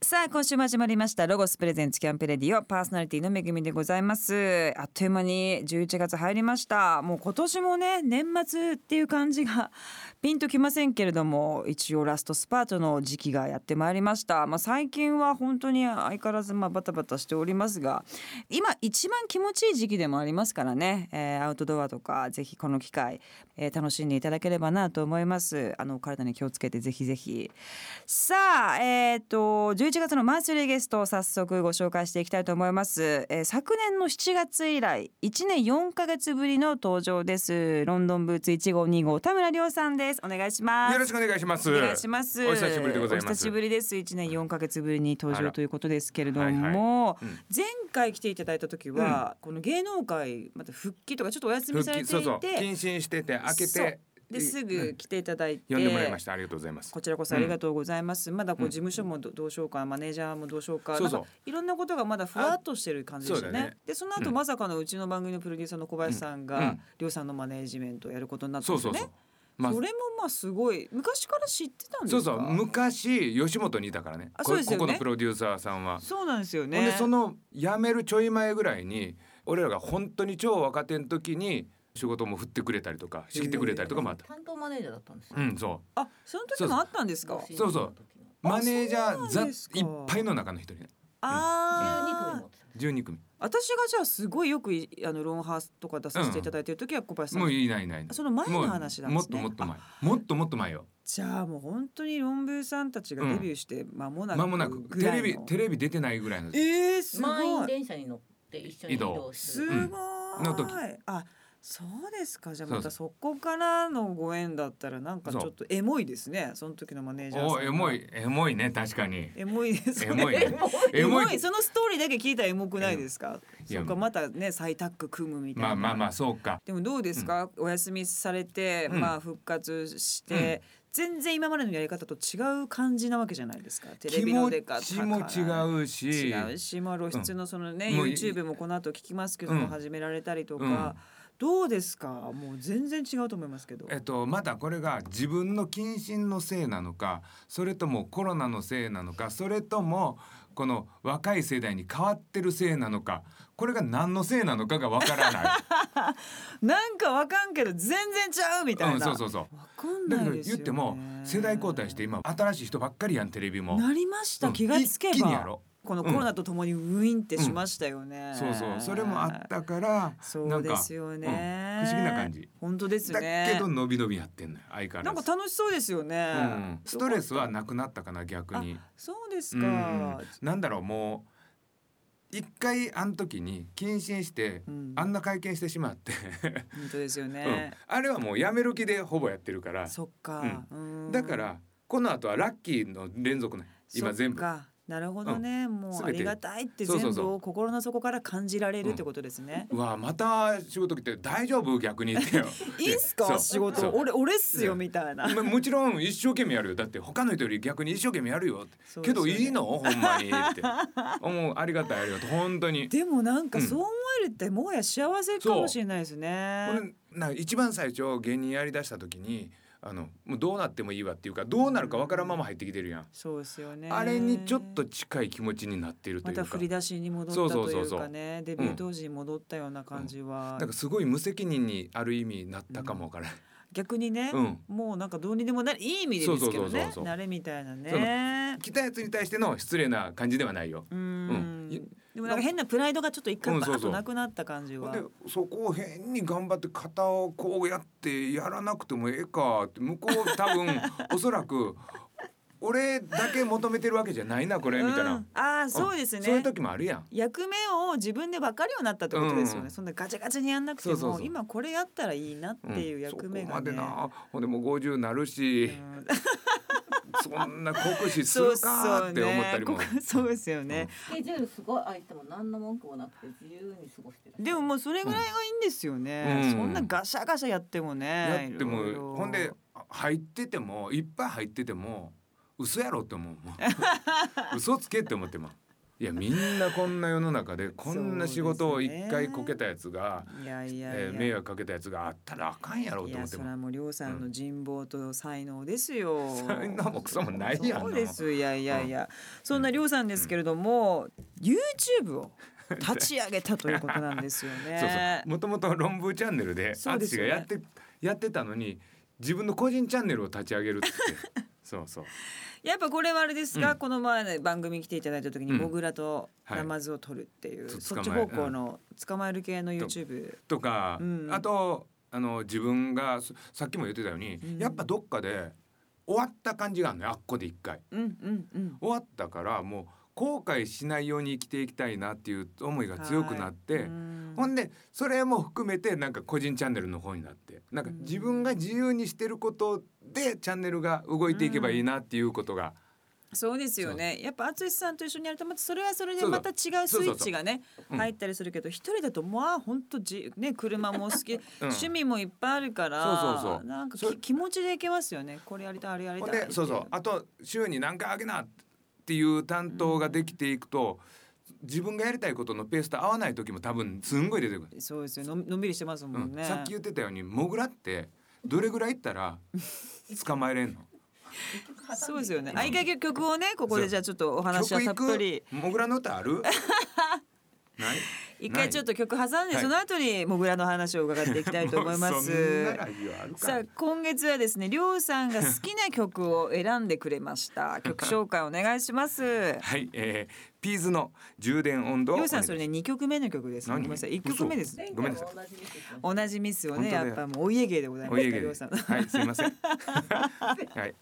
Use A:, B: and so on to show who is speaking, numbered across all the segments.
A: さあ今週も始まりましたロゴスプレゼンツキャンペレディオパーソナリティのめぐみでございますあっという間に11月入りましたもう今年もね年末っていう感じが ピンときませんけれども一応ラストスパートの時期がやってまいりましたまあ最近は本当に相変わらずまあバタバタしておりますが今一番気持ちいい時期でもありますからね、えーアウトドアとかぜひこの機会、えー楽しんでいただければなと思いますあのお体に気をつけてぜひぜひさあえっ、と11月のマンスリーゲストを早速ご紹介していきたいと思います、えー昨年の7月以来1年4ヶ月ぶりの登場ですロンドンブーツ1号2号田村亮さんですお願いします
B: よろしくお願いします。
A: お願いします。
B: お久しぶりでございます。
A: お久しぶりです。一年四ヶ月ぶりに登
B: あ
A: 場
B: ら
A: ということですけれども、
B: はいはいうん
A: 前回来ていただいた時は、この芸能界また復帰とかちょっとお休みされていて、
B: そうそう、謹慎してて、開けて。
A: で、すぐ来ていただいて、
B: 呼んでもらいました。ありがとうございます
A: こ。ちらこそありがとうございます。まだこう事務所もどどうしようか、マネージャーもどうしようか、
B: そうそ
A: な
B: う
A: んかいろんなことがまだふわっとしてる感じでしたよね。
B: あそうだよね
A: で、その後、
B: うん
A: まさかのうちの番組のプロデューサーの小林さんが、
B: うんうん
A: りょうさんのマネージメントをやることになったん
B: そう
A: です
B: そ
A: よ
B: う
A: ね。
B: そう。まあ
A: そ、れもまあすごい昔から知ってたんです
B: そ
A: か
B: うそう、昔吉本にいたからね。
A: あ
B: こ
A: そうですよね
B: ここのプロデューサーさんは。
A: そうなんですよ
B: ほん
A: ね。
B: で、その辞めるちょい前ぐらいに、俺らが本当に超若手の時に。仕事も振ってくれたりとか、仕切ってくれたりとかもあった。
C: 担当マネージャーだったんですよ。
B: うん、そ
A: あ、その時もあったんですか。
C: 新
B: そう
C: 人
B: そ
C: の
B: う
C: 時の
B: う。マネージャー
A: そう
B: ざ
A: なん
B: い
A: ですか
B: っぱいの中の一人ね。
A: あ
C: 12組持
A: あ
C: っ、てた
B: 十二組。
A: 私がじゃあすごいよくいあのロンハースとか出させていただいてる時は小林さん。
B: もういないいない。
A: その前の話なんですね
B: もうもっともっと前。もっともっと前よ。
A: じゃあもう本当にロンブーさんたちがデビューして間もなく
B: 間もなく
A: ぐ
B: テ
A: らい
B: レ
A: の
B: ビテレビ出てないぐらいの
A: えー、す
C: 満
A: ご
C: 員
A: い。
C: 電車に乗って一緒に移
B: 移動
C: 動す
A: す
C: る。
A: ごい。
B: うんの時
A: あ、そうですか。じゃあ
B: そう
A: ま
B: そ
A: た
B: う
A: そこからのご縁だったらなんかち
B: そう
A: ょっとエモいですね。その時のマネージャーさん
B: お
A: が
B: エモ。いエモいね確かに
A: エモいですね。
B: エモいね
A: エ
B: エ
A: モ
B: モ
A: い
B: い
A: そのストーリーだけ聞いたらエモくないですか
B: いや
A: そっかまたね再タッグ組むみたいな
B: まあまあまあそうか
A: でもどうですか、お休みされて、
B: うん
A: まあ復活して、全然今までのやり方と違う感じなわけじゃないですかテレ
B: 気
A: ビの
B: 持
A: 出方
B: ちも
A: う
B: 違うし
A: 違うし、まあ、露出のそのね、
B: うんもうい
A: YouTube もこの後聞きますけど
B: う
A: も
B: ん
A: 始められたりとか、
B: うん
A: どうですかもう全然違うと思いますけど
B: えっと、またこれが自分の謹慎のせいなのかそれともコロナのせいなのかそれともこの若い世代に変わってるせいなのかこれが何のせいなのかがわからない、
A: なんかわかんけど全然ちゃう みたいな、
B: うん、そうそうそう
A: わかん
B: だ
A: な
B: け
A: い
B: ど
A: ですよ、ね、
B: 言っても世代交代して今新しい人ばっかりやんテレビも
A: なりました、
B: うん
A: 気がつけば
B: 一気にやろ
A: このコロナとともにウィンってしましたよね、
B: そうそうそれもあったから
A: そ
B: な
A: うんで
B: か
A: すよね、
B: うん不思議な感じ
A: 本当です
B: だ
A: ね
B: けど伸び伸びやってんのよ相変わらず
A: なんか楽しそうですよね、
B: うん、ストレスはなくなったかな逆に。
A: そうです
B: う
A: か、
B: ん、なんだろうもう一回あの時に謹慎して、
A: うん
B: あんな会見してしまって、
A: 本当ですよ
B: う
A: ね
B: ん、、あれはもうやめる気でほぼやってるから
A: そっか、うん
B: だからこの後はラッキーの連続ね今全部
A: そっかなるほどね、もう
B: 全
A: あ
B: て
A: りがたいって
B: そうそ
A: 全
B: うそう
A: 部を心の底から感じられるってことですね、
B: うわまた仕事来て大丈夫逆にってよ
A: いいっす
B: そ
A: か
B: う
A: 仕事
B: そう
A: 俺俺っすよみたいな
B: まもちろん一生懸命やるよだって他の人より逆に一生懸命やるよって
A: そう
B: けど
A: ですよね
B: いいのほんまにっ てもうありがたいありがとう本当に
A: でもなんか
B: うん
A: そう思えるってもはや幸せかもしれないですね。
B: 俺なんか一番最初芸人やりだした時にあのもうどうなってもいいわっていうかどうなるかわからんまま入ってきてるやん、
A: そうですよね。
B: あれにちょっと近い気持ちになってると
A: ま
B: いうか、
A: た振り出しに戻
B: そ
A: っ
B: う
A: た
B: そう
A: と
B: そ
A: いうう
B: そう
A: かねデビュー当時に戻ったような感じは、
B: なんかすごい無責任にある意味なったかもわからない、
A: 逆にね、
B: うん
A: もうなんかどうにでもなるいい意味でですけど
B: そうそうそうそ
A: ね
B: うそう
A: 慣れみたいな
B: そ
A: ね。
B: 来たやつに対しての失礼な感じではないよ。
A: うーん
B: うんい
A: でもなんか変なプライドがちょっと一回
B: うん
A: バ
B: そ
A: ー
B: う
A: ッ
B: そ
A: と
B: う
A: なくなった感じは。
B: でそこを変に頑張って肩をこうやってやらなくてもええかって向こう多 分おそらく俺だけ求めてるわけじゃないなこれみたいな、
A: うんああそうです
B: んそうい
A: ね
B: う。時もあるやん。
A: 役目を自分で分かるようになったってことですよね、
B: うん
A: そんなガチャガチャにやんなくても
B: そうそうそう
A: 今これやったらいいなっていう役目がね、
B: うんそこまでなほんでもう50なるし、
A: うん
B: そんな 酷使す
A: そ
B: る
A: う
B: か
A: そ
B: ー
A: う
B: って思った
A: ね
B: り
A: こ
B: も
A: こ そうですよね、
C: スケジュールすごい空いても何の文句もなくて自由に過ごしてる。
A: でももうそれぐらいがいいんですよね、
B: うん
A: そんなガシャガシャやってもね
B: やって
A: いろいろ
B: もほんで入ってても いっぱい入ってても嘘やろって思うもん嘘つけって思ってもいやみんなこんな世の中でこんな仕事を一回こけたやつが、
A: いやいやいや、
B: えー迷惑かけたやつがあったらあかんやろう
A: い
B: と思
A: や
B: って
A: そ
B: も
A: れはもう亮さんの人望と才能ですよ。
B: 才能もクソもないやん
A: そうですいやいやいや、そんな亮さんですけれども、YouTube を立ち上げたということなんですよ
B: そうそう
A: ね。
B: もともと論文チャンネルで
A: そうです
B: 淳
A: よ
B: が
A: ね
B: やって、やってたのに自分の個人チャンネルを立ち上げるっ つってそうそう
A: やっぱこれはあれですか、
B: うん
A: この前の番組来ていただいた時に
B: うん
A: モグラと
B: はい
A: ナマズを取るっていう、
B: と
A: そっ
B: 捕
A: ち
B: まえ
A: 方向の捕まえる系の YouTube。
B: とか、
A: うん
B: あとあの自分がそさっきも言ってたように、
A: うん
B: やっぱどっかで終わった感じがあるのよあっこで一回
A: うんうんうん。
B: 終わったからもう後悔しないように生きていきたいなっていう思いが強くなって、
A: はいうん
B: ほんでそれも含めてなんか個人チャンネルの方になってなんか
A: うん
B: 自分が自由にしてることでチャンネルが動いていけばいいなっていうことが、
A: そうですよね。やっぱ淳さんと一緒にやるとまたそれはそれで
B: そうそ
A: ま
B: う
A: た違うスイッチがね
B: うん
A: 入ったりするけど、一人だとまあ本当じね車も好 き、趣味もいっぱいあるから、
B: そうそうそう
A: なんか
B: そ
A: き
B: れ
A: 気持ちでいけますよね。これやりたいあれやり
B: ほ
A: た
B: ん
A: いってい
B: でそうそうあと週に何回あげなっていう担当ができていくと、自分がやりたいことのペースと合わない時も多分すんごい出てくる、
A: そうですよののんびりしてますも
B: うん
A: んね。
B: さっき言ってたようにモグラってどれぐらい行ったら捕まえれんの
A: そうですよね。あいか曲をねここでじゃあちょっとお 話はたっぷり
B: 曲行くモグラの歌あ るない
A: 一回ちょっと曲挟んで、
B: はい
A: その後にモグラの話を伺っていきたいと思いま
B: も うそんな
A: す。
B: ラジオあるか
A: さあ今月はですねりょうさんが好きな曲を選んでくれました 曲紹介お願いします
B: はい、えー、ピーズの充電温度を
A: りょうさんそれね二曲目の曲ですねご
B: 何
A: めんなさい一曲目ですね
C: 前
B: ごめん
C: 回
B: なさい
C: も同じですよ
A: 同じミスをね
B: 本当
A: や
B: だよ
A: っぱもうお家芸でございま
B: お
A: す
B: 家
A: り
B: 芸
A: ょ
B: で
A: うさん
B: はい、すいません。はい、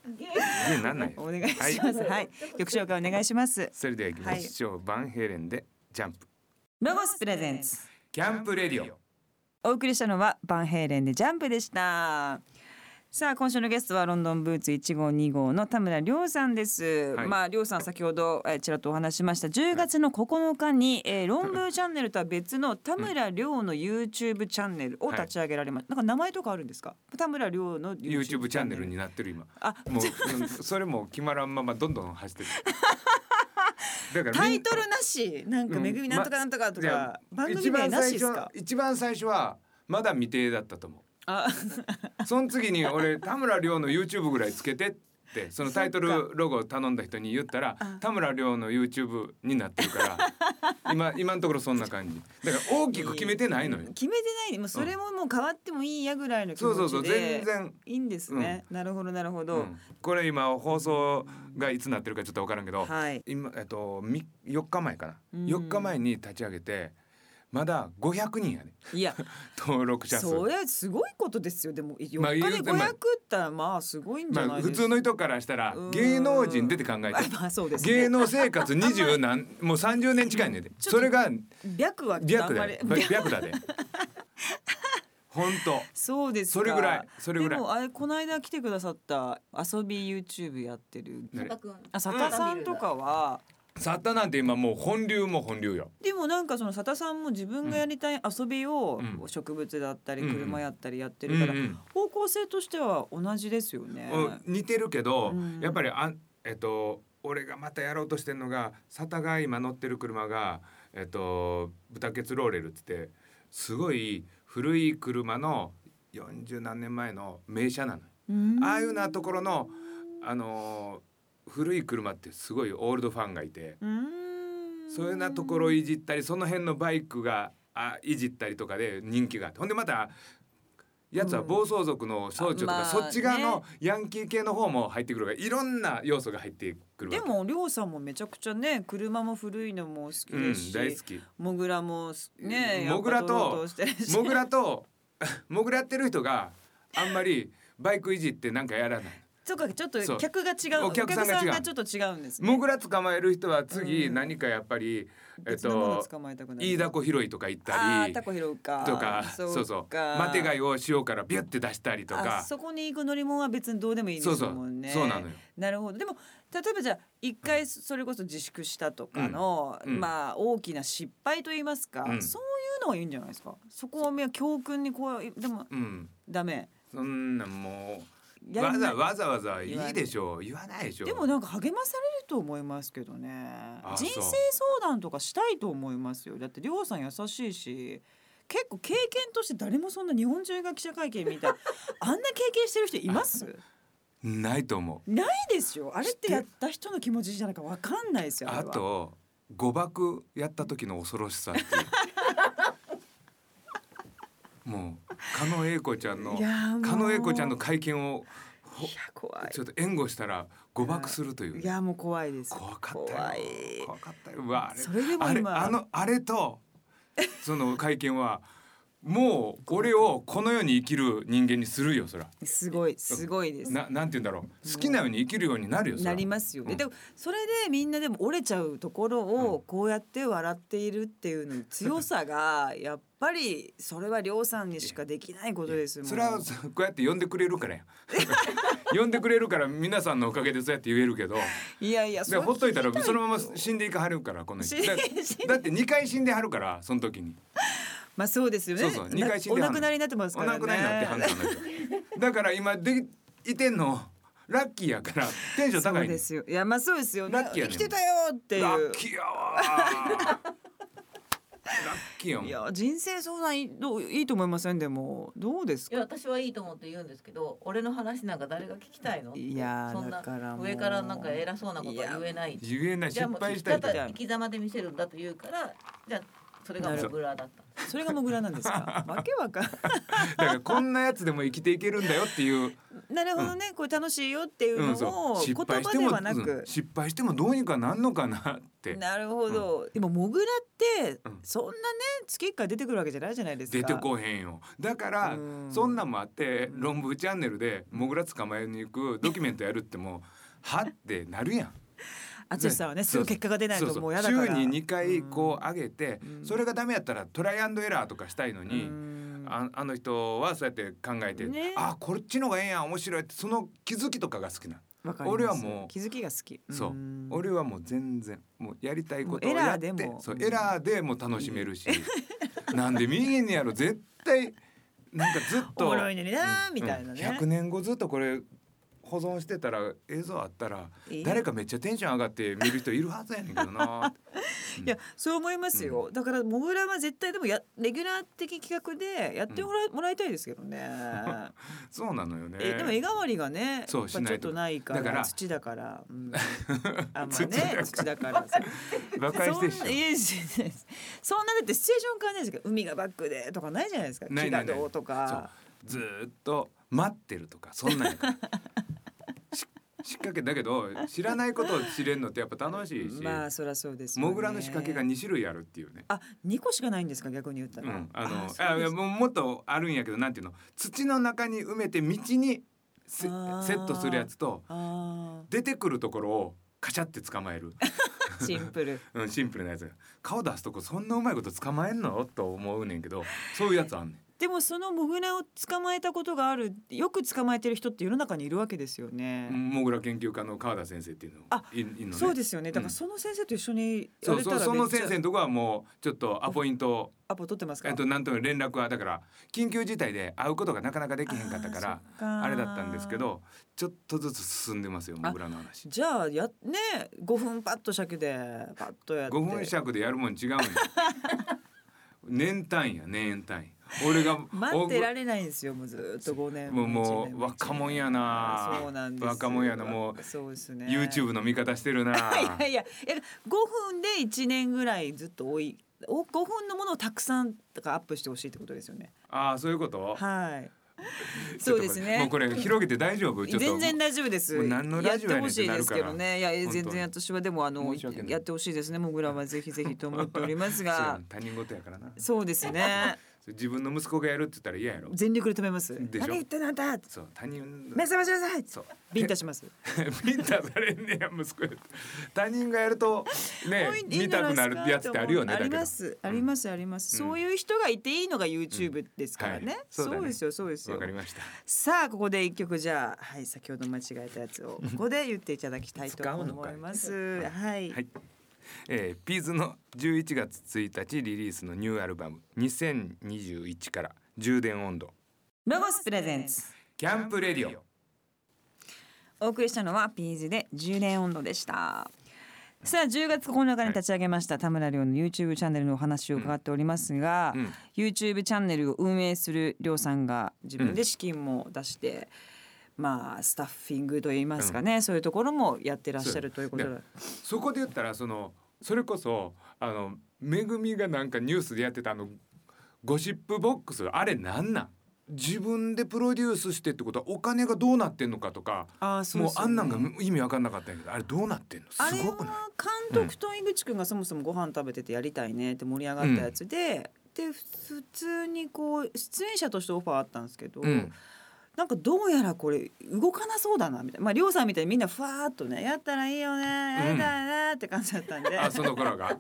B: ね、なんない。
A: お願いしますはい曲紹介お願いします
B: それでは行きましょう。バンヘイレンでジャンプ。
A: ロゴスプレゼンツ
B: キャンプレディオ。
A: お送りしたのはバンヘイレンでジャンプでしたさあ今週のゲストはロンドンブーツ1号2号の田村亮さんです、
B: はい
A: まあ亮さん先ほどえーちらっとお話ししました10月の9日に、えー、ロンブーチャンネルとは別の田村亮の YouTube チャンネルを立ち上げられました、なんか名前とかあるんですか田村亮の
B: YouTube チャンネルになってる今。
A: あ
B: もううん、それも決まらんままどんどん 走ってる。だから
A: タ
B: みん
A: イトルなしなんか「
B: うん
A: めぐみなんとかなんとか」と
B: じゃ
A: か
B: あ、
A: 番組名なしですか
B: 一番最初一番最初はまだ未定だったと思
A: あ
B: う。その次に俺 田村亮の YouTube ぐらいつけてってそのタイト
A: そっ
B: ルロゴを頼んだ人に言ったら
A: あ
B: 田村亮の YouTube になって るから今今のところそんな感じ。だから大きく決めてないのよ。
A: 決めてないもうそれももう変わってもいいやぐらいの気
B: そ
A: 持
B: う
A: ちで
B: そうそう全然。
A: いいんですね、なるほどなるほど、
B: うんこれ今放送がいつなってるかちょっと分からんけど、
A: はい
B: 今えっとみ4日前かな、
A: うん
B: 4日前に立ち上げてまだ500人やね
A: いや
B: 登録者数
A: それすごいことですよでも4
B: まあ
A: 日で
B: 言うて
A: 500
B: まあ
A: ったらまあすごいんじゃ
B: ま
A: な
B: あ
A: いですか、
B: 普通の人からしたら
A: うん
B: 芸能人出て考えて
A: まあまあ そうですね
B: 芸能生活20何 もう30年近いねんで
A: ちょっと
B: それが
A: 白はちょっとあんま
B: 白だ
A: り
B: で 白だで本当
A: そうですか
B: それぐらいそれぐらい
A: でもあれこの間来てくださった遊び YouTube やってる
B: ね
C: 佐田君
A: あ佐田さんとかは、
B: サッタなんて今もう本流も本流よ
A: でもなんかその佐田さんも自分がやりたい遊びを
B: うん
A: 植物だったり
B: うん
A: 車やったりやってるから、
B: うんうん
A: 方向性としては同じですよね。
B: うん似てるけど、
A: うん
B: やっぱりあえっと俺がまたやろうとしてるのが佐田が今乗ってる車がえっとブタケツローレルっつってすごい古い車の40何年前の名車なのよ、
A: うん
B: ああいうようなところのあのー古い車ってすごいオールドファンがいて、
A: うん
B: そういうようなところをいじったりその辺のバイクがあいじったりとかで人気があってほんでまたやつは暴走族の総長とか、
A: うんあまあ
B: そっち側のヤンキー系の方も入ってくるからいろんな要素が入ってくるわ
A: で
B: け
A: もりょうさんもめちゃくちゃね車も古いのも好き
B: う
A: です
B: ん、
A: し、
B: 大好き。
A: モグラもすね
B: モグラと
A: やっぱドロドロしてるし
B: モグラと モグラやってる人があんまりバイクいじってなんかやらない。
A: そうかちょっと
B: そう
A: 客が違うお
B: お
A: 客さ
B: 客さ
A: ん
B: んが違う
A: がちょっと違うんですね。
B: モグラ捕まえる人は次
A: うん
B: 何かやっぱり、えっ
A: 別のもの
B: と
A: 捕まえたくなる
B: 飯田子拾いとか行っ
A: あ
B: た
A: ー
B: り
A: タコ拾うか
B: とかそうそうマテ貝を塩からビュって出したりと
A: あ
B: か
A: そこに行く乗り物は別にどうでもいいで
B: そう
A: す
B: そう
A: もんね。
B: そうなのよ。
A: なるほどでも例えばじゃあ一回それこそ自粛したとかの、
B: うんうん
A: まあ大きな失敗と言いますか、
B: うん
A: そういうのはいいんじゃないですかそこを教訓にこうでも
B: うん、
A: ダメ
B: そんなんもう
A: やら
B: わ
A: な
B: ざ
A: い
B: わざわざいいでしょう言わないでしょう
A: でもなんか励まされると思いますけどね
B: あ
A: 人生
B: そう
A: 相談とかしたいと思いますよだってりょうさん優しいし結構経験として誰もそんな日本中が記者会見みた いあんな経験してる人います
B: ないと思
A: ないですよあれってやった人の気持ちじゃないかわかんないです
B: う
A: よあ
B: あ
A: れは
B: と誤爆やった時の恐ろ しさっていうもう狩野英孝ちゃんの
A: いやーもう
B: 狩野英孝ちゃんの会見
A: い
B: をほ
A: や怖い
B: ちょっと援護したら誤爆するという
A: いやもう怖いです
B: 怖かったよ
A: 怖い
B: 怖かったようわあれ
A: それでも
B: あれ
A: 今
B: あのあれとその会見はもう俺をこの世に生きる人間にするよそら
A: すごいすごいです
B: ななんて言うんだろう好きなように生きるようになるよそら
A: なりますよね、
B: うん
A: でもそれでみんなでも折れちゃうところ
B: う
A: をこうやって笑っているっていうの強さ がやっぱりそれはりょうさんにしかできないことですもん
B: それはそこうやって呼んでくれ るからや呼んでくれるから皆さんのおかげでそうやって言えるけど
A: いやいや
B: でほっといたらそのまま
A: し
B: 死んでいかはるからこの人
A: 死ん
B: だ
A: 死ん
B: だって2回死んではるからその時に
A: まあそうですよね
B: そうそう二回死んで
A: な
B: は
A: お亡く
B: んの
A: なりになってます
B: お
A: からね
B: 亡くなりになってはんのあの人だから今でいてんのラッキーやからテンション
A: そ
B: 高
A: う
B: いね
A: で
B: ん
A: すよいやまあそうですよね
B: ラッキーや
A: 生き
B: ね
A: てたよっていう
B: ラッキーや わーラッキーやもん
A: いや人生相談いいどういいと思いませんでもどうです
C: いや
A: か
C: 私はいいと思って言うんですけど俺の話なんか誰が聞きたいの
A: いやー
C: そんな
A: だからもう
C: 上からなんか偉そうなことは言えない
B: 言えない
C: じ
B: 失
C: ゃあもう
B: 敗
C: 生
B: し
C: き
B: たり
C: 方
B: とか
A: たい
C: 生き様で見せるんだと言うからじゃあそれがモグラだった
A: それがモグラなんです かわけわかん
B: だからこんなやつでも生きていけるんだよっていう
A: なるほどね、これ楽しいよっていう
B: うん、
A: の
B: そ
A: を
B: う
A: 言
B: 失敗し
A: 葉
B: て
A: で
B: も
A: はな
B: うん
A: く、
B: 失敗してもどうにかなんのかなって
A: なるほど、でもモグラって
B: うん
A: そんなね月一回出てくるわけじゃないじゃないですか
B: 出てこうへんよだから
A: うん
B: そんなんもあって「論文チャンネル」でモグラ捕まえに行くドキュメントやるっ てもうはってなるやん。
A: 淳さんはね
B: ね
A: すぐ結果が出ない
B: そう
A: と
B: そ
A: もう
B: う
A: やだから
B: 週に2回こう上げて
A: うん
B: それがダメやったらトライアンドエラーとかしたいの
A: う
B: に。
A: ん
B: ああの人はそうやって考えて、
A: ね
B: あこっちの方がええやん面白いってその気づきとかが好きな、
A: わかります
B: 俺はもう
A: 気づきが好き
B: そう
A: うん
B: 俺はもう全然もうやりたいことを
A: もうエラ
B: や
A: ー
B: って
A: でも
B: そう
A: うん
B: エラーでも楽しめるし、 なんで右にやろ絶対なんかずっ
A: お
B: と
A: もろいのになみたいなね
B: うん100年後ずっとこれ保存してたら映像あったら
A: いい
B: 誰かめっちゃテンション上がって見る人いるはずやねんけどな
A: いやそう思いますよ、だからモグラは絶対でもやレギュラー的企画でやってもら,、もらいたいですけどね、
B: そうなのよね
A: えでも絵代わりがね
B: そう
A: やっぱ
B: しない
A: ちょ
B: と
A: っとないから
B: だから
A: 土だから、 うん、あんま
B: 土だか
A: ね
B: ら
A: 土だからさ
B: バカにしてるっし
A: そ
B: ょ
A: んいやいやいや そんなだってシチュエーション変わらないですけど海がバックでとかないじゃないですか
B: ないないない
A: 木がどうとか
B: ずーっと待ってるとかそんなん やからし仕掛けだけど知らないことを知れるのってやっぱ楽しいし、
A: まあそりゃそうですよね
B: モグラの仕掛けが2種類あるっていうね。
A: あ二個しかないんですか逆に言った
B: う
A: ら、
B: ん、あの
A: そう
B: あい
A: で
B: や
A: す
B: もうもっとあるんやけどなんていうの土の中に埋めて道にセセ
A: あー
B: ットするやつと
A: あ
B: 出てくるところをカシャって捕ま える、
A: ーシンプル
B: うん、シンプルなやつ顔出すとこそんなうまいこと捕まえんのと思うねんけ どそういうやつあんねん。
A: でもそのモグラを捕まえたことがあるよく捕まえてる人って世の中にいるわけですよね、
B: モグラ研究家の川田先生っていうの
A: あ
B: いいんのね。
A: そうですよねだか
B: う
A: ら
B: ん
A: その先生と一緒にや
B: そう
A: れた
B: そ
A: ら
B: うそ
A: めっ
B: の
A: ちゃ
B: 先生のとこはもうちょっとアポイント
A: アポ取ってますか
B: えっとなんとも連絡はだから緊急事態で会うことがなかなかできへんかったから
A: あーそっか
B: あれだったんですけどちょっとずつ進んでますよモグラの話。
A: じゃあやね5分パッと尺でパッとやって
B: 5分尺でやるもん違うんや年単位や年 単位俺が
A: 待ってら
B: れ
A: れないんですよもうずっと5年
B: もうもう
A: 一年一年
B: 若者やな
A: そうなんですよ
B: 若者やなもう
A: そうですね
B: YouTube の味方してるな
A: いやいやいや5分で1年ぐらいずっと追いお5分のものをたくさんとかアップしてほしいってことですよね
B: ああそういうこと
A: はい
B: ちょ
A: そ
B: っ
A: うで
B: とこ
A: す
B: れ
A: ね
B: もうこれ広げて大丈夫ちょっと
A: 全然大丈夫です。
B: もう何のラジオやね
A: って
B: ん
A: ほしいですけどね。いや
B: なるから
A: 全然
B: 本当
A: 私はでもあの
B: 申し訳ない
A: やってほしいですね。モグラはぜひぜひと思っております
B: そうや
A: が
B: ん、他人事やからな
A: そうですね。
B: それ自分の息子がやるって言ったら嫌やろ
A: 全力で止めます。
B: でしょ
A: 何言ってんのあんた
B: そう他人
A: 目覚ましなさい。
B: そう
A: ビンタします。
B: ビンタされんねや息子やと他人がやるとね
A: おいいいんじゃ
B: 見たくなるやつってあるよね
A: ない
B: だ
A: ですかって思うあり
B: けど
A: ますありますあります。
B: うん
A: そういう人がいていいのが YouTube ですから
B: はい
A: ね。
B: そうだ
A: そ
B: ね
A: うですよそうです
B: わ
A: よ
B: か。りました
A: さあここで一曲じゃあはい先ほど間違えたやつをここで言っていただきたいと
B: 使うの
A: 思
B: かい
A: います。はい
B: はい。えー、ピーズの11月1日リリースのニューアルバム2021から充電温度
A: ロゴスプレゼンツ。
B: キャンプレディオ
A: お送りしたのはピーズで10年温度でしたさあ10月9日に立ち上げました田村亮の YouTube チャンネルのお話を伺っておりますが、
B: うん
A: YouTube チャンネルを運営する亮さんが自分で資金も出して、まあスタッフィングといいますかね、そういうところもやってらっしゃるということで
B: そうそこで言ったらそのそれこそあのめぐみがなんかニュースでやってたあのゴシップボックスあれなんなん自分でプロデュースしてってことはお金がどうなってんのかとか
A: ああ
B: もうあんなんが意味わかんなかったんやけどあれどうなってんの
A: あれ
B: すごくない
A: は監督と井口くんがそもそもご飯食べててやりたいねって盛り上がったやつで、で普通にこう出演者としてオファーあったんですけど、
B: うん
A: なんかどうやらこれ動かなそうだなみたいなまあ亮さんみたいにみんなふわーっとねやったらいいよねやったらねって感じだったんで、
B: あその 頃が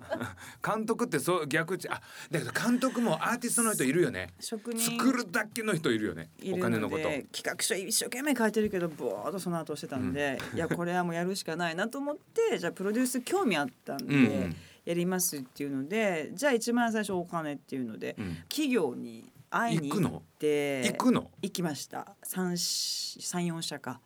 B: 監督ってそう逆ちあだけど監督もアーティストの人いるよね
A: 職人
B: 作るだけの人いるよね
A: い
B: お
A: る
B: 金
A: の
B: のこと
A: で企画書一生懸命書いてるけどぼーっとその後してたんで、い やこれはもうやるしかないなと思ってじゃあプロデュース興味あったんで、
B: うんうん
A: やりますっていうのでじゃあ一番最初お金っていうので、
B: うん
A: 企業に会いに行って
B: 行くの
A: 行きました三し三四社か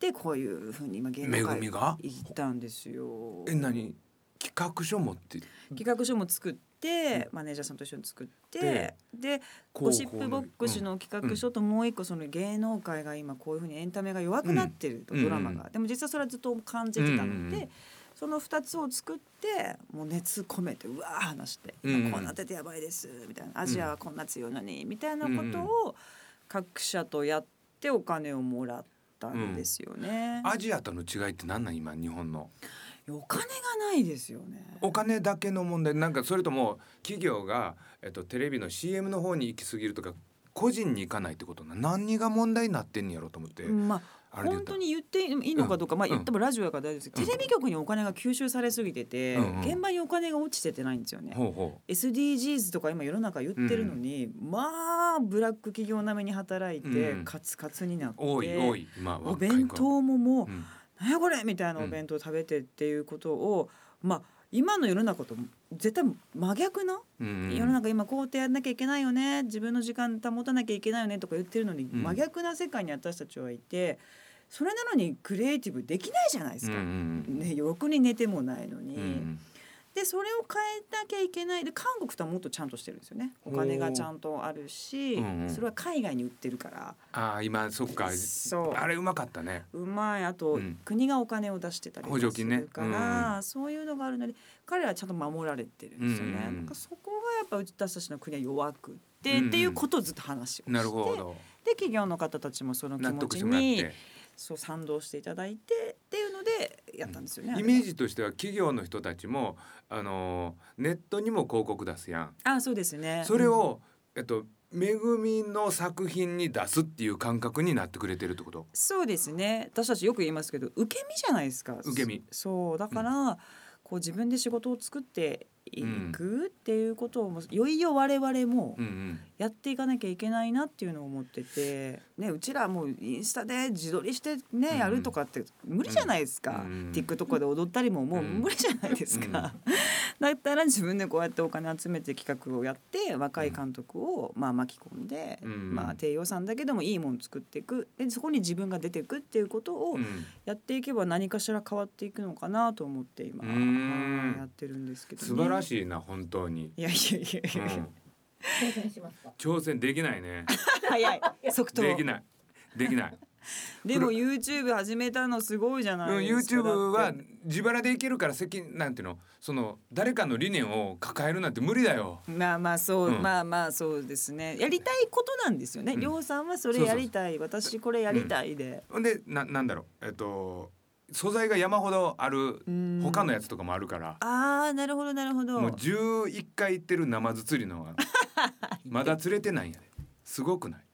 A: でこういうふうに今芸
B: め
A: 能
B: ぐ
A: 界
B: みが
A: 行ったんですよ
B: え何企画書持って
A: 企画書も作って、マネージャーさんと一緒に作ってでゴシップボックスの企画書ともう一個その芸能界が今こういうふうにエンタメが弱くなってると、
B: うん
A: ドラマが、
B: う
A: でも実はそれはずっと感じてたので、
B: うんうんうん
A: その2つを作ってもう熱込めてうわー話して、
B: うんうん
A: 今こうなっててやばいですみたいなアジアはこんな強いのにみたいなことを各社とやってお金をもらったんですよね。
B: アジアとの違いって何なん今日本の
A: お金がないですよね。
B: お金だけの問題なんかそれとも企業が、えっと、テレビの CM の方に行き過ぎるとか個人に行かないってことな何が問題になってんやろと思って、
A: まあ
B: あれで言
A: 本
B: った
A: 当
B: ら
A: に言っていいのかどうか、まあ
B: うん
A: 言ってもラジオやから大丈夫ですけど、
B: うん
A: テレビ局にお金が吸収されすぎてて、
B: うんうん
A: 現場にお金が落ちててないんですよね。
B: ほうほ
A: SDGs とか今世の中言ってるのに、まあブラック企業並みに働いて、
B: うん
A: カツカツになって
B: う多い多い今
A: お
B: 若い子
A: 弁当ももう
B: うん
A: 「何やこれ!」みたいなお弁当を食べてっていうことを、まあ今の世の中と絶対真逆な
B: うん
A: 世の中今こうやってやんなきゃいけないよね自分の時間保たなきゃいけないよねとか言ってるのに
B: うん
A: 真逆な世界に私たちはいてそれなのにクリエイティブできないじゃないですか。
B: うん
A: ね、ろくに寝てもないの
B: う
A: に、
B: んうん
A: でそれを変えなきゃいけないで韓国とはもっとちゃんとしてるんですよねお金がちゃんとあるし、
B: うんうん
A: それは海外に売ってるから
B: ああ今そっか
A: そう
B: あれうまかったね
A: うまいあと、
B: うん
A: 国がお金を出してたり
B: 補
A: とか
B: 助
A: す
B: 金ね
A: るから、そういうのがあるので彼らはちゃんと守られてるんですよね、
B: うんうんうん
A: なんかそこがやっぱうち私たちの国は弱くって、
B: うんうん
A: っていうことをずっと話をして
B: なるほど
A: で企業の方たちもその気
B: 納
A: 持
B: 得
A: ち
B: してもらっ
A: に
B: て
A: そう賛同していただいてっていうのでやったんですよね。
B: イメージとしては企業の人たちもあのーネットにも広告出すやん
A: あそうですね
B: それを、えっと、めぐみの作品に出すっていう感覚になってくれてるってこと。
A: そうですね私たちよく言いますけど受け身じゃないですか
B: 受け身
A: そうだから、こう自分で仕事を作っていくっていうことをもいよいよ我々も
B: うんうん、
A: やっていかなきゃいけないなっていうのを思ってて、ね、うちらもうインスタで自撮りしてね、
B: うん
A: やるとかって無理じゃないですか、
B: うん
A: TikTok で踊ったりももう
B: うん
A: 無理じゃないですか、
B: うん
A: だったら自分でこうやってお金集めて企画をやって若い監督をまあ巻き込んで、
B: うん
A: まあ、低予算だけでもいいもの作っていくでそこに自分が出ていくっていうことを
B: うん
A: やっていけば何かしら変わっていくのかなと思って今、
B: うん
A: はいやってるんですけど、ね、
B: 素晴ら
A: い
B: しいな本当 に、
A: いやいやいや
B: う
A: いや、
B: ん、
C: 挑戦しますか。
B: 挑戦できないね
A: 早い即答
B: できないで きない、
A: でも YouTube 始めたのすごいじゃ
B: うん、
A: ないですか。
B: YouTube
A: だ
B: は
A: って
B: 自腹でいけるから責なんていうのその誰かの理念を抱えるなんて無理だよ
A: まあまあそう、
B: うん
A: まあまあそうですねやりたいことなんですよね、
B: うん
A: りょうさんはそれ
B: そうそう
A: や
B: そう
A: りたい私これやりたいで、
B: ほんでななんだろうえっと素材が山ほどある
A: うん
B: 他のやつとかもあるから
A: ああなるほどなるほど
B: もう11回行ってるナマズ釣りのはまだ釣れてないんやですごくない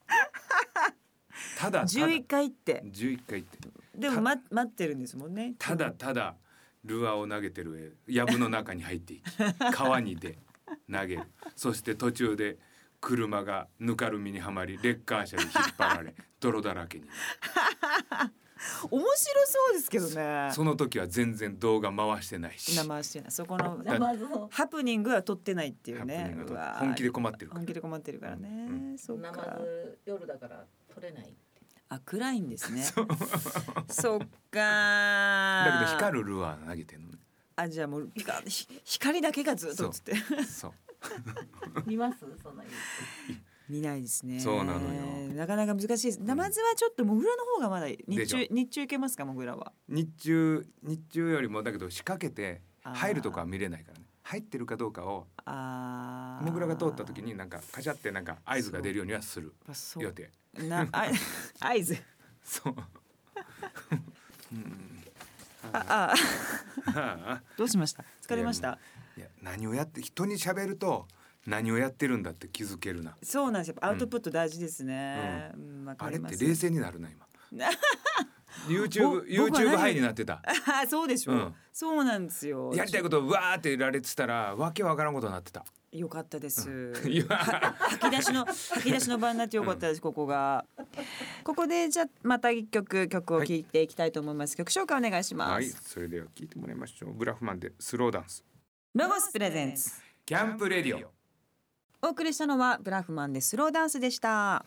B: ただただ
A: 11回って
B: 11回行って
A: でも、ま、待ってるんですもんね
B: ただただルアーを投げてる絵藪の中に入っていき川に出投げるそして途中で車がぬかるみにはまりレッカー車に引っ張られ泥だらけにな
A: 面白そうですけどね
B: るその時は全然動画回してないし
A: 生してないそこの
B: だ
C: 生像。
A: ハプニングは撮ってないっていう
B: ハプ
A: ね
B: ニング
A: うわー
B: 本気で困ってるから
A: 本気で困ってるからね、
B: う
A: そっか
C: ナマズ夜だから取れない。
A: あ暗いんです ね。そっか。
B: だけど光るルアー投げ てるのね
A: あじゃあもうひかひ光だけがずっとっつって
B: そう
C: 見ますそんなに
A: 見ないですね。
B: そうなのよ
A: なかなか難しいです。
B: ん
A: ナマズはちょっとモグラの方がまだ日
B: でし
A: 中日中行けますかモグラは。
B: 日中日中よりもだけど仕掛けて
A: あー
B: 入るとこは見れないからね入ってるかどうかを
A: ああ。
B: モグラが通った時になんかカチャってなんか合図が出るようにはする
A: あそ
B: 予
A: う。
B: 定
A: なあ 合図。
B: そう、うん、
A: ああ
B: ああ
A: どうしました。疲れました。
B: いや何をやって人に喋ると何をやってるんだって気づけるな
A: そうなんですよ。アウトプット大事ですね。うん、わか
B: あ
A: り
B: れっ
A: ます。
B: て冷静になるな今
A: な
B: YouTube
A: ぼ僕は
B: YouTube
A: 何
B: ハイになってた
A: あ そうでしょう、
B: うん
A: そうなんですよ。
B: やりたいことをわーってられてたらわけわからんことになっ てた
A: よかったです。
B: いや
A: 吐き出しの吐き出しの場になってよかったです、ここが。ここでじゃあまた一曲曲を聴いていきたいと思います。曲紹介お願いします。
B: はいそれでは聞いてもらいましょうブラフマンでスローダンス
A: ロゴスプレゼンツ。
B: キャンプレディオ
A: お送りしたのはブラフマンでスローダンスでした。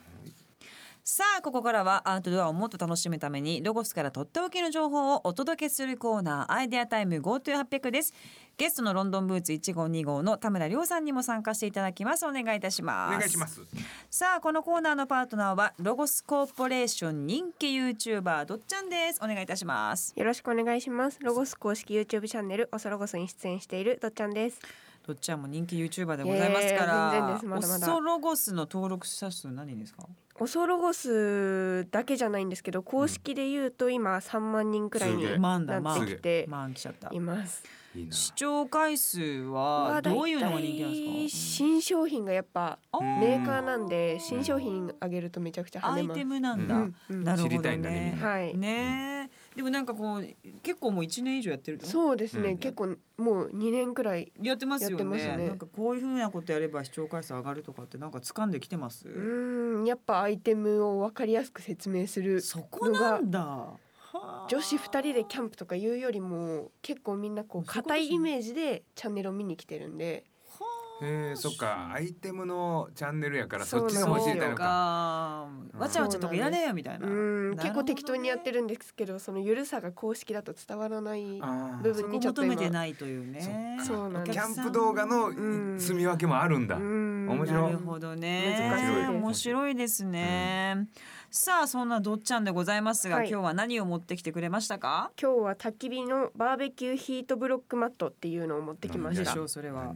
A: さあここからはアウトドアをもっと楽しむためにロゴスからとっておきの情報をお届けするコーナーアイデアタイム GoTo800 ですゲストのロンドンブーツ1号2号の田村亮さんにも参加していただきますお願いいたし
B: お
A: ます
B: 願いします
A: さあこのコーナーのパートナーはロゴスコーポレーション人気 YouTuber どっちゃんですお願いいたします
D: よろしくお願いします。ロゴス公式 YouTube チャンネルおそロゴスに出演しているどっちゃんです。
A: どっちゃんも人気 YouTuber でございますか
D: いやいや全然
A: ら
D: ですまだまだ
A: オソロゴスの登録者数何人ですか
D: おそロゴスだけじゃないんですけど、公式で言うと今3万人くらい
B: すげえ
D: に
A: 万だ
D: な
A: 万
D: ってきて
A: まあ来ちゃった
D: います。
B: いいな
A: 視聴回数は
D: は
A: どういうのが人気なんですか
D: 新商品がやっぱ
A: あー
D: メーカーなんで新商品あげるとめちゃくちゃ跳
A: ア
D: ね
A: イ
D: ます
A: テ。ムなんだ、
D: うんうん
A: なるほどね
B: 知りたいんだねみんな
D: はい
A: ねえでもなんかこう結構もう一年以上やってるってこと
D: そうですね、
B: うん
D: 結構もう2年くらい
A: やってますよね
D: やってますね
A: なんかこういうふうなことやれば視聴回数上がるとかってなんか掴んできてます、
D: うーんやっぱアイテムを分かりやすく説明する
A: そこなんだはあ
D: 女子2人でキャンプとか言うよりも結構みんなこう
A: そういうこと
D: 硬いイメージでチャンネルを見に来てるんで
A: はあ
B: えー、そっかアイテムのチャンネルやから
D: そう
B: そ
D: な
B: っ
D: ん
B: ち
D: です
B: が
A: そ
B: 欲しい
D: よ
A: うんか
B: のか
A: うんわちゃわちゃとかいらねえよみたいな
D: うん
A: なるほ
D: 結
A: ど
D: 構
A: ね
D: 適当にやってるんですけどそのゆるさが公式だと伝わらない
B: あ
D: 部
A: そこ
D: 分にちょっと
A: 求めて
D: 今
A: ないというね
B: ー
D: そうなん
B: キ
D: です
B: ャンプ動画の
D: うん
B: 積み分けもあるんだ、
D: うん
B: 面白い
A: なるほどね
D: 難しいです
A: 面白いですね、さあそんなどっちゃんでございますが、
D: はい
A: 今日は何を持ってきてくれましたか
D: 今日は焚き火のバーベキューヒートブロックマットっていうのを持ってきま
B: 何
D: し
A: で
B: で
D: た
A: しょうそれは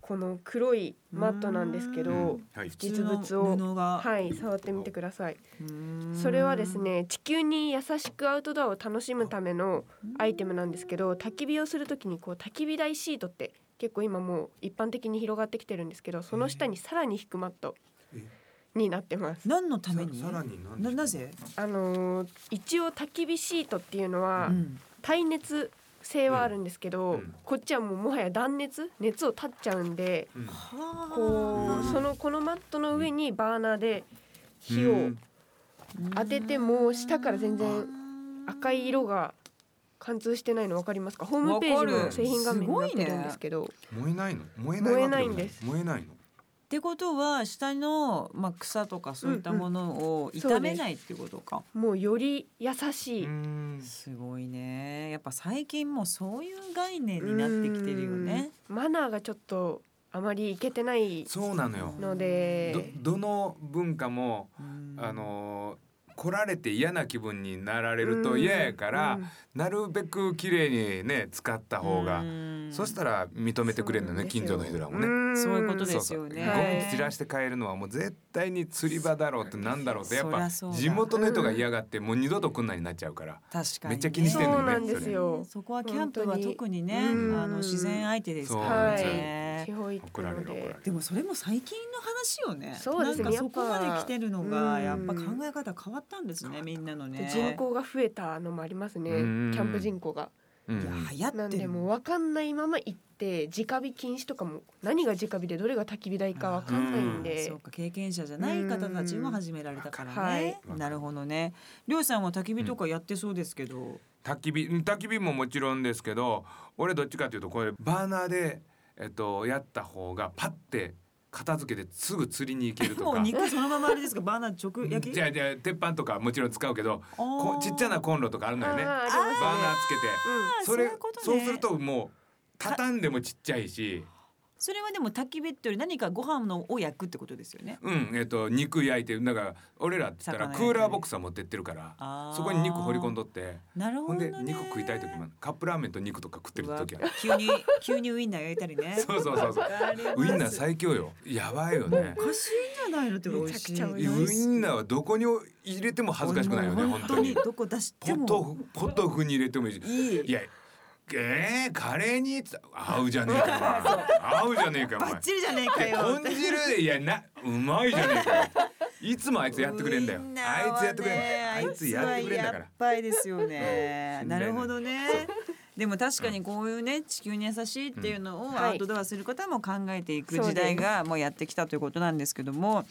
D: この黒いマットなんですけ
A: う
D: ど
B: んはい
D: 実物を
A: 普通の布が、
D: はい触ってみてくださいう
A: ーん
D: それはですね地球に優しくアウトドアを楽しむためのアイテムなんですけど焚き火をするときにこう焚き火台シートって結構今もう一般的に広がってきてるんですけどその下にさらに引くマット
B: え
D: になってます。
A: 何のために
B: に何
A: ななぜ、
D: あのー一応焚き火シートっていうのは
A: うん
D: 耐熱性はあるんですけど、
B: うんうん
D: こっちはもうもはや断熱熱を立っちゃうんで
B: うん
D: こ
B: うん
D: うそのこのマットの上にバーナーで火を当てても下から全然赤い色が貫通してないの分かりますかホームページ
A: わか
D: の
A: る
D: 製品画面になって
A: すごい
D: る
A: ね
D: んですけど
B: 燃えないの燃え
D: ない
B: ない
D: わけでもない燃えないんです
B: 燃えないの
A: ってことは下の、まあ、草とかそういったものを
D: うんそうです
A: 傷めないってことか、
D: もうより優しい
A: すごいねやっぱ最近もうそういう概念になってきてるよね
D: うんマナーがちょっとあまりいけてない
B: そうなのよ
D: ので
B: どどの文化も
A: うん
B: あのー来られて嫌な気分になられると
D: うん
B: 嫌やから、
D: うん
B: なるべく綺麗にね使った方が、
A: うん
B: そしたら認めてくれるのね近所の人らもね、
D: ん
A: そういうことで
B: そう
A: すよね
B: そうゴミ
D: はい
B: 散らして帰るのはもう絶対に釣り場だろうってなんだろうってやっ
A: そり
B: ぱ
A: ゃそうだ
B: 地元の人が嫌がってもう二度と来んなになっちゃうから
A: 確かに、ね、
B: めっちゃ気にしてんのよねそうなんです
D: よ
A: そこはキャンプは特にね
D: 本当に
A: あの自然相手ですか
D: は
A: ら
D: い
A: ね、
D: 地方行く
B: 怒られ
D: の
B: る怒られ
D: で
B: る
A: でもそれも最近の話よね
D: そうですね
A: なんかそこまで来てるのが
D: や
A: やっ
D: っぱ
A: ぱ考え方変わったんですねみんなのね
D: 人口が増えたのもありますね
B: う
D: キ
B: ん
D: ャンプ人口が
B: うん
A: いや流行
D: な
A: っ
D: ん
A: て
D: で
A: る
D: もう分かんないまま行って直火禁止とかも何が直火でどれが焚き火台か分かんないんで
A: そうか経験者じゃない方たちも始められたからね、
B: うんはい
A: なるほどねりょうさんは焚き火とかやってそうですけど、
B: 焚き火うん焚き火ももちろんですけど俺どっちかというとこれバーナーで、えっと、やった方がパッて片付けてすぐ釣りに行けると
A: もう
B: か。
A: 肉そのままあれですかバーナー直焼き
B: じゃあじゃあ鉄板とかもちろん使うけどこちっちゃなコンロとかあるのよね。
D: あーあり
B: バ
D: ま
B: ー
D: す
B: ナ
D: ね
B: ーつけて。
A: あー
B: そ
A: そうい
B: れ
A: うことね
B: そうするともう畳んでもちっちゃいし、
A: それはでも焚き火ってより何かご飯のを焼くってことですよね
B: うんえっ、と肉焼いてだから俺らって言ったら
A: 魚
B: ク
A: 焼いたり
B: ーラーボックスは持ってってるから
A: あー
B: そこに肉掘り込んどって
A: なる
B: ほ
A: ほど
B: ん
A: ね
B: で肉食いたい時もあるカップラーメンと肉とか食ってる時
A: う
B: は
A: わ急に急にウインナー焼いたりね
B: そうそうそうそう ウインナー最強よやばいよね
A: おかしいんじゃないのって美味しい
D: めちゃく
B: ウ
D: ちゃ美味しい
B: インナーはどこに入れても恥ずかしくないよね
A: もう
B: 本当に
A: どこ出して
B: ポ
A: も
B: トフポトフに入れてもいいし
A: いい
B: いやえー、カレーにって合うじゃねえかお前合うじゃねえかお
A: バ
B: 前
A: ッチリじゃねえか
B: で
A: よ
B: 豚汁でいやなうまいじゃねえかよいつもあいつやってくれんだよ
A: ウインナーはね
B: あいつやってくれんだよあいつやってくれんだ
A: あいつ
B: から
A: はやっぱいですよね
B: うん
A: なるほどねでも確かにこういうね地球に優しいっていうのを
D: んはい
A: アウトドアする方も考えていく
D: そうで
A: 時
D: す
A: 代がもうやってきたということなんですけども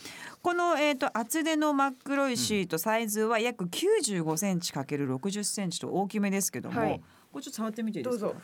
A: このえっと厚手の真っ黒いシートサイズは約95センチ ×60 センチと大きめですけど
D: は
A: も
D: い
A: これちょっと触ってみていい
D: ど
A: で
D: う
A: すか
D: ぞ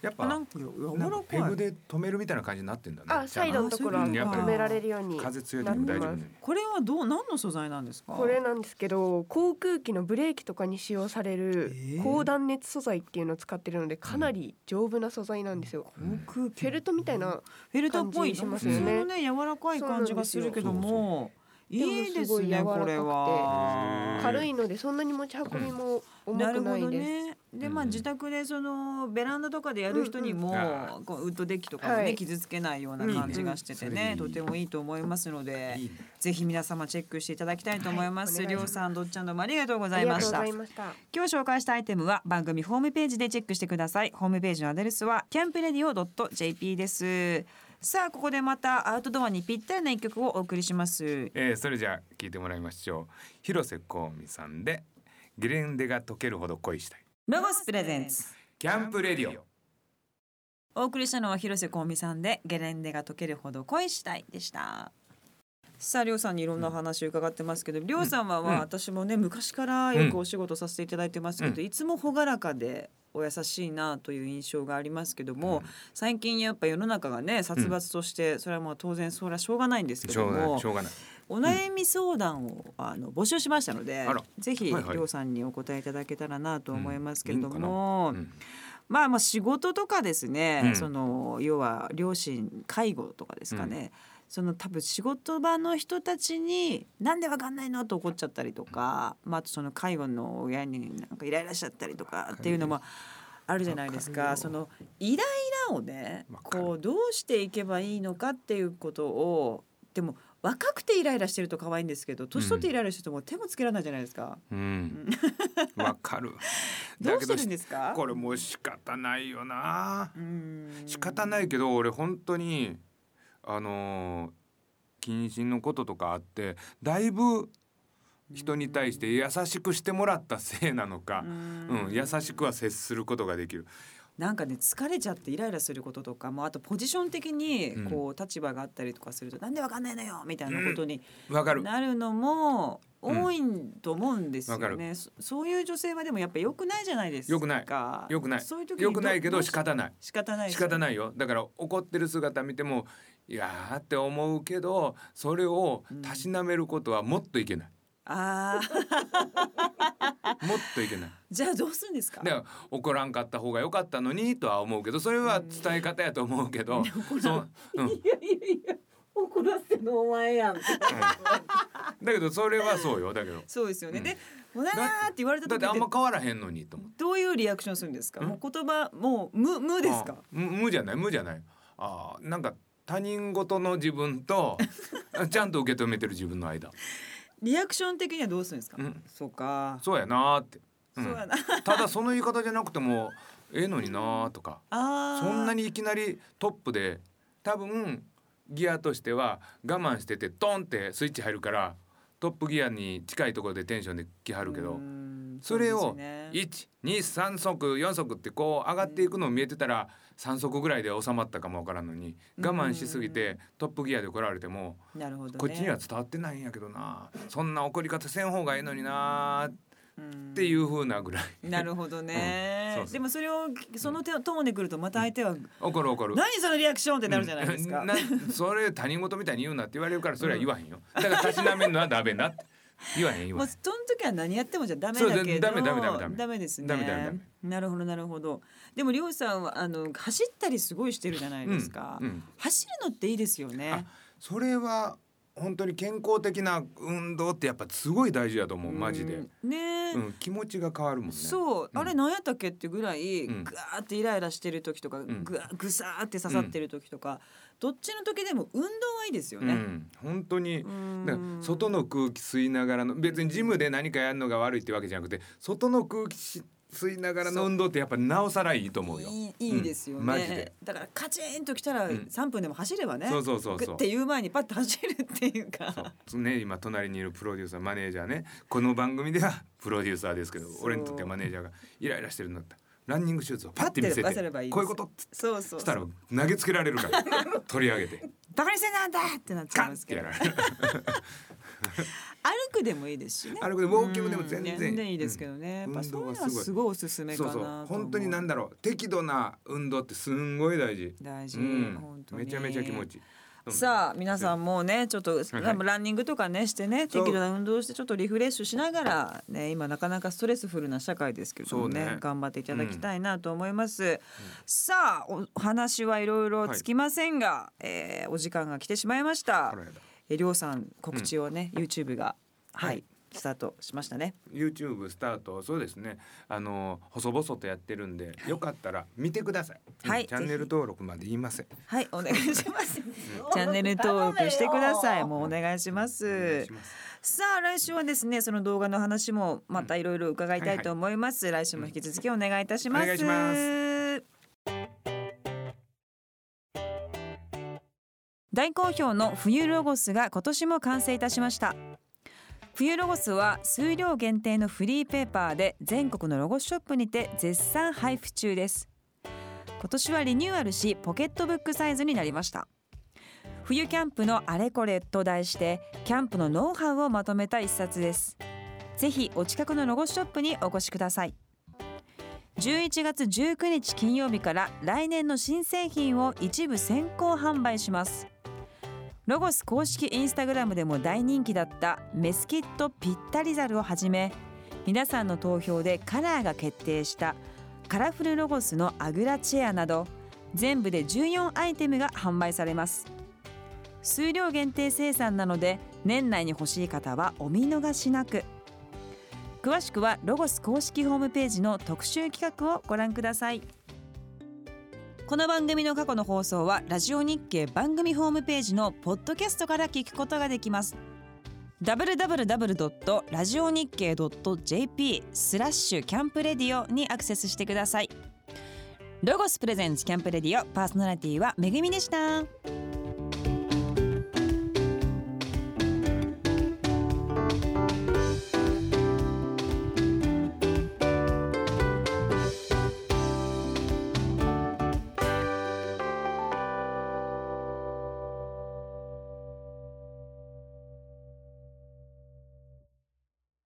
B: やっぱ
A: あなん
B: な
A: か柔
B: ん
A: ら
B: か
A: か
B: ペ
A: い
B: グで止めるみたいな感じになってんだね
D: あサイドのところは
A: うんやっぱり
D: 止められるように
B: 風強い時も大丈夫
D: なってま
B: ね
D: す
A: これはどう何の素材なんですか
D: これなんですけど航空機のブレーキとかに使用される
A: えー
D: 高断熱素材っていうのを使ってるのでかなり丈夫な素材なんですよ。
B: うん
A: 航空機
D: フェルトみたいな
A: フェルトっぽい
D: 感じし
A: 普
D: ます
B: よね
A: 通のね柔らかい感じがするけども
D: うなんですよ
A: いいですね
D: でもすごい柔らか
A: こ
D: くて
A: れは
B: へー
D: 軽いのでそんなに持ち運びも重
A: な
D: く
A: る
D: な
A: ほど
D: いです。
A: ねでまあ
B: うん
A: 自宅でそのベランダとかでやる人にも
B: うんう
A: こうウッドデッキとかも
D: は
A: ね
D: い
A: 傷つけないような感じがしててね
B: うんうんそれい
A: と
B: い
A: てもいいと思いますので
B: いいね
A: ぜひ皆様チェックしていただきたいと思いま
D: は
A: す
D: いお願いし
A: りょ
D: ます
A: うさんどっちゃんどうもありがとうご
D: あ
A: ざい
D: りが
A: ま
D: とう
A: し
D: ご
A: た
D: ざいました。
A: 今日紹介したアイテムは番組ホームページでチェックしてくださいホームページのアドレスはキャンプレディオ .jp ですさあここでまたアウトドアにぴったりな一曲をお送りします
B: えー、それじゃあ聞いてもらいましょう広瀬香美さんでゲレンデが溶けるほど恋したい
A: ロゴスプレゼンツ
B: キャンプレディオ
A: お送りしたのは広瀬香美さんでゲレンデが溶けるほど恋したいでしたさありょうさんにいろんなお話を伺ってますけど、りょうさんは、まあ
B: うん
A: 私もね昔からよくお仕事させていただいてますけど、いつも朗らかでお優しいなという印象がありますけども、最近やっぱ世の中がね殺伐として、それはまあ当然それはしょうがないんですけ
B: しょ
A: ど
B: うがな
A: も
B: いしょうがない
A: お悩み相談を、あの募集しましたので
B: あら
A: ぜひり
B: はいはい
A: ょうさんにお答えいただけたらなと思いますけれども。
B: うんいいのか
A: まあまあ仕事とかですね、
B: うん
A: その要は両親介護とかですかね、その多分仕事場の人たちに「なんでわかんないの?」と怒っちゃったりとか、まあ、あとその介護の親になんかイライラしちゃったりとかっていうのもあるじゃないです
B: わかる
A: か
B: よ
A: そのイライラをね
B: わかる
A: こうどうしていけばいいのかっていうことをでも若くてイライラしてると可愛いんですけど年取ってイライラしてるともう手もつけられないじゃないですか。
B: うん、わかる。
A: どうしてるん
B: だけ
A: ですか
B: どこれもう仕方ないよな。
A: うん
B: 仕方ないけど、俺本当に。あのー。謹慎のこととかあって、だいぶ。人に対して優しくしてもらったせいなのか。うん、優しくは接することができる。
A: なんかね疲れちゃってイライラすることとかもあとポジション的に
B: うん
A: こう立場があったりとかすると、なんでわかんないのよみたいなことに
B: わかる。
A: なるのも
B: うん
A: 多いと思うんですよ
B: わか
A: ね、そそういう女性はでもやっぱ良くないじゃないですか
B: 良くないよくない
A: そういう時に
B: よくないけど、
A: うし
B: 仕方ない。
A: 仕方ない
B: 仕方
A: い
B: ないよだから怒ってる姿見てもいやーって思うけどそれをたしなめることはもっといけない、
A: あー
B: もっといけない
A: じゃあどうするんですか
B: で怒らんかった方が良かったのにとは思うけどそれは伝え方やと思うけど、そううん、
C: いやいやいや怒らせるのお前やんって。
B: だけどそれはそうよ だけど
A: そうですよね、
B: うん
A: で「もうなー」って言われた時
B: だっ
A: って
B: あん
A: て
B: ま変わらへんのにと思う
A: どういうリアクションするんですか
B: うん
A: もう言葉もう無無ですか
B: あむ無じゃない無じゃないあーなんか他人事の自 分とちゃんと受け止めてる自分の間
A: リアクション的にはどうするんですか、
B: うん
A: そうか
B: そうやなーって、うん
A: そうやな
B: ただその言い方じゃなくてもええのになーとか
A: あー
B: そんなにいきなりトップで多分ギアとしては我慢しててドンってスイッチ入るからトップギアに近いところでテンションで来はるけ
A: うー
B: ど
A: ん
B: それを
A: うですね
B: 123足4足ってこう上がっていくのを見えてたら3足ぐらいで収まったかもわからんのに我慢しすぎてトップギアで来られても
A: なるほどね
B: こっちには伝わってないんやけどなそんな怒り方せん方がええのになっていう風なぐらい
A: なるほどね、
B: うんそうそう
A: でもそれをその手をトーンでくるとまた相手は、
B: 怒る怒る
A: 何そのリアクションってなるじゃないですか、
B: うんなそれ他人事みたいに言うなって言われるからそれは言わへんよ、だからたしなめるのはダメなって言わへん言
A: も
B: わ
A: う
B: へん
A: その時は何やってもじゃダメだけど
B: そうダメダメダメダメ
A: ですね
B: ダメダメダメ
A: なるほどなるほどでもりょうさんはあの走ったりすごいしてるじゃないですか、
B: うんうん
A: 走るのっていいですよね
B: あそれは本当に健康的な運動ってやっぱすごい大事だと思うマジで、
A: うんねえ、
B: うん、気持ちが変わるもんね
A: そう、
B: うん
A: あれ何やったっけってぐらい、
B: うん
A: ぐわーってイライラしてる時とか、
B: ん
A: ぐわぐさーって刺さってる時とか、どっちの時でも運動はいいですよ
B: う
A: ね、
B: ん、本当に
A: ん
B: だから外の空気吸いながらの別にジムで何かやるのが悪いってわけじゃなくて外の空気し吸いながらの運動ってやっぱなおさらいいと思うよ。
A: いいいいですよ
B: うんマジで
A: ね、だからカチンときたら
B: ん
A: 3分でも走ればね、
B: そうそうそうそう
A: グッていう前にパッと走るっていうか
B: そうね今隣にいるプロデューサーマネージャーねこの番組ではプロデューサーですけど
A: そう
B: 俺にとってはマネージャーがイライラしてるんだったらランニングシューズをパッて見せて
A: パッて出せればいいです
B: こういうことっつっ
A: そうそう
B: したら投げつけられるから取り上げ て
A: バカにせんなんだってなっちゃい
B: ガン
A: ま
B: っ
A: すけ
B: て
A: ど
B: や
A: 歩
B: られる。
A: くでもいいですしね
B: 歩くでもウォーキングでも全然
A: うん全然いいですけどね、
B: うん
A: やっぱそういう
B: 運
A: の
B: 動
A: は
B: はすごい
A: すごいおすすめか
B: そ
A: な
B: う
A: と
B: そ
A: 思
B: う
A: う
B: 本当に何だろう適度な運動ってすんごい大事。
A: 大事、
B: うん
A: 本、当に
B: めちゃめちゃ気持ちいい。うん
A: さあ皆さんもうねちょっと
B: いはい
A: ランニングとかねしてね
B: そう
A: 適度な運動をしてちょっとリフレッシュしながらね今なかなかストレスフルな社会ですけれどもね
B: そうね
A: 頑張っていただきたいなと思います、さあおお話はいろいろつきませんが、えーお時間が来てしまいました
B: あらやだ
A: えりょうさん告知をね、YouTube がはい、
B: はい
A: スタートしましたね
B: YouTube スタートそうですねあの細々とやってるんでよかったら見てください、
A: はい
B: うんチャンネ
A: ぜ
B: ル
A: ひ
B: 登録まで言いません
A: はいお願いします チ
C: チ
A: ャンネル登録してくださいもうお願いしま
B: お願い
A: す
B: します
A: さあ来週はですねその動画の話もまたいろいろ伺いたいと思います、来週も引き続きお願いいたします、
B: お願いします
A: 大好評の冬ロゴスが今年も完成いたしました冬ロゴスは数量限定のフリーペーパーで全国のロゴスショップにて絶賛配布中です今年はリニューアルしポケットブックサイズになりました冬キャンプのあれこれと題してキャンプのノウハウをまとめた一冊ですぜひお近くのロゴスショップにお越しください11月19日金曜日から来年の新製品を一部先行販売しますロゴス公式インスタグラムでも大人気だったメスキットぴったりザルをはじめ皆さんの投票でカラーが決定したカラフルロゴスのアグラチェアなど全部で14アイテムが販売されます数量限定生産なので年内に欲しい方はお見逃しなく詳しくはロゴス公式ホームページの特集企画をご覧くださいこの番組の過去の放送はラジオ日経番組ホームページのポッドキャストから聞くことができます www.radionickei.jp スラッシュキャンプレディオにアクセスしてくださいロゴスプレゼンツキャンプレディオパーソナリティはめぐみでした